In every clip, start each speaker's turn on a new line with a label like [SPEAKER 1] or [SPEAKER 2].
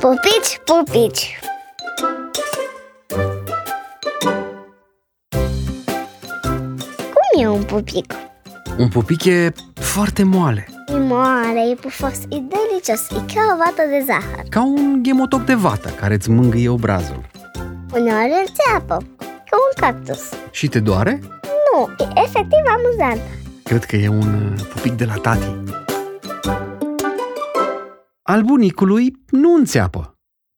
[SPEAKER 1] Pupici, pupici Cum e un pupic?
[SPEAKER 2] Un pupic e foarte moale,
[SPEAKER 1] E moale, e pufos, e delicios, e ca o vată de zahăr
[SPEAKER 2] ca un ghemotoc de vată care îți mângâie obrazul.
[SPEAKER 1] Uneori îl țeapă, ca un cactus
[SPEAKER 2] Și te doare?
[SPEAKER 1] Nu, e efectiv amuzant
[SPEAKER 2] Cred că e un uh, pupic de la tati. Al bunicului nu înțeapă.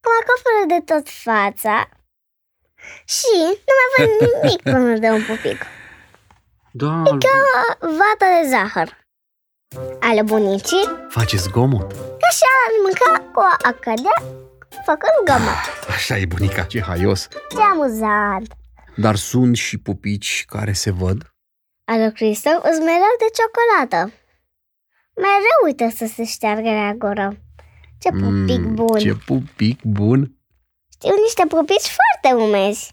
[SPEAKER 1] Cum acoperă de tot fața Și nu mai văd nimic până de un pupic
[SPEAKER 2] Da, al...
[SPEAKER 1] Vată de zahăr Ale bunicii
[SPEAKER 2] face zgomot.
[SPEAKER 1] Că și ar mânca cu a cădea Făcând gămăt
[SPEAKER 2] Așa e bunica, ce haios.
[SPEAKER 1] Ce amuzant!
[SPEAKER 2] Dar sunt și pupici care se văd.
[SPEAKER 1] Ale Cristau îți mereu de ciocolată Mereu uită să se șteargă la gură Ce pupic
[SPEAKER 2] Mm,
[SPEAKER 1] bun!
[SPEAKER 2] Ce pupic bun.
[SPEAKER 1] Știu niște pupici foarte umezi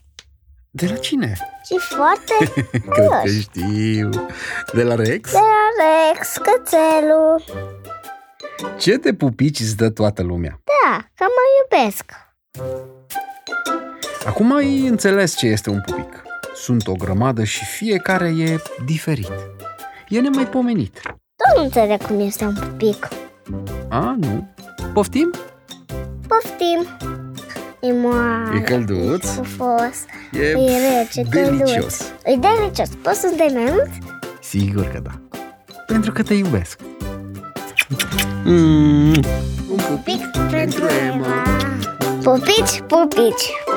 [SPEAKER 2] De la cine?
[SPEAKER 1] Și foarte
[SPEAKER 2] Cred că
[SPEAKER 1] Căț.
[SPEAKER 2] știu. De la Rex?
[SPEAKER 1] de Rex, cățelul
[SPEAKER 2] Ce de pupici îți dă toată lumea?
[SPEAKER 1] Da, că mă iubesc
[SPEAKER 2] Acum ai înțeles ce este un pupic. Sunt o grămadă și fiecare e diferit. E nemaipomenit.
[SPEAKER 1] Tu nu înțeleg cum este un pupic
[SPEAKER 2] A, nu? Poftim?
[SPEAKER 1] Poftim! E moale,
[SPEAKER 2] E călduț.
[SPEAKER 1] e Frumos,
[SPEAKER 2] E,
[SPEAKER 1] e rece,
[SPEAKER 2] delicios.
[SPEAKER 1] călduț E delicios, poți să-ți dai mai mult?
[SPEAKER 2] Sigur că da. Pentru că te iubesc. Mm. Un pupic
[SPEAKER 1] Pupici pentru Eva Pupici, pupici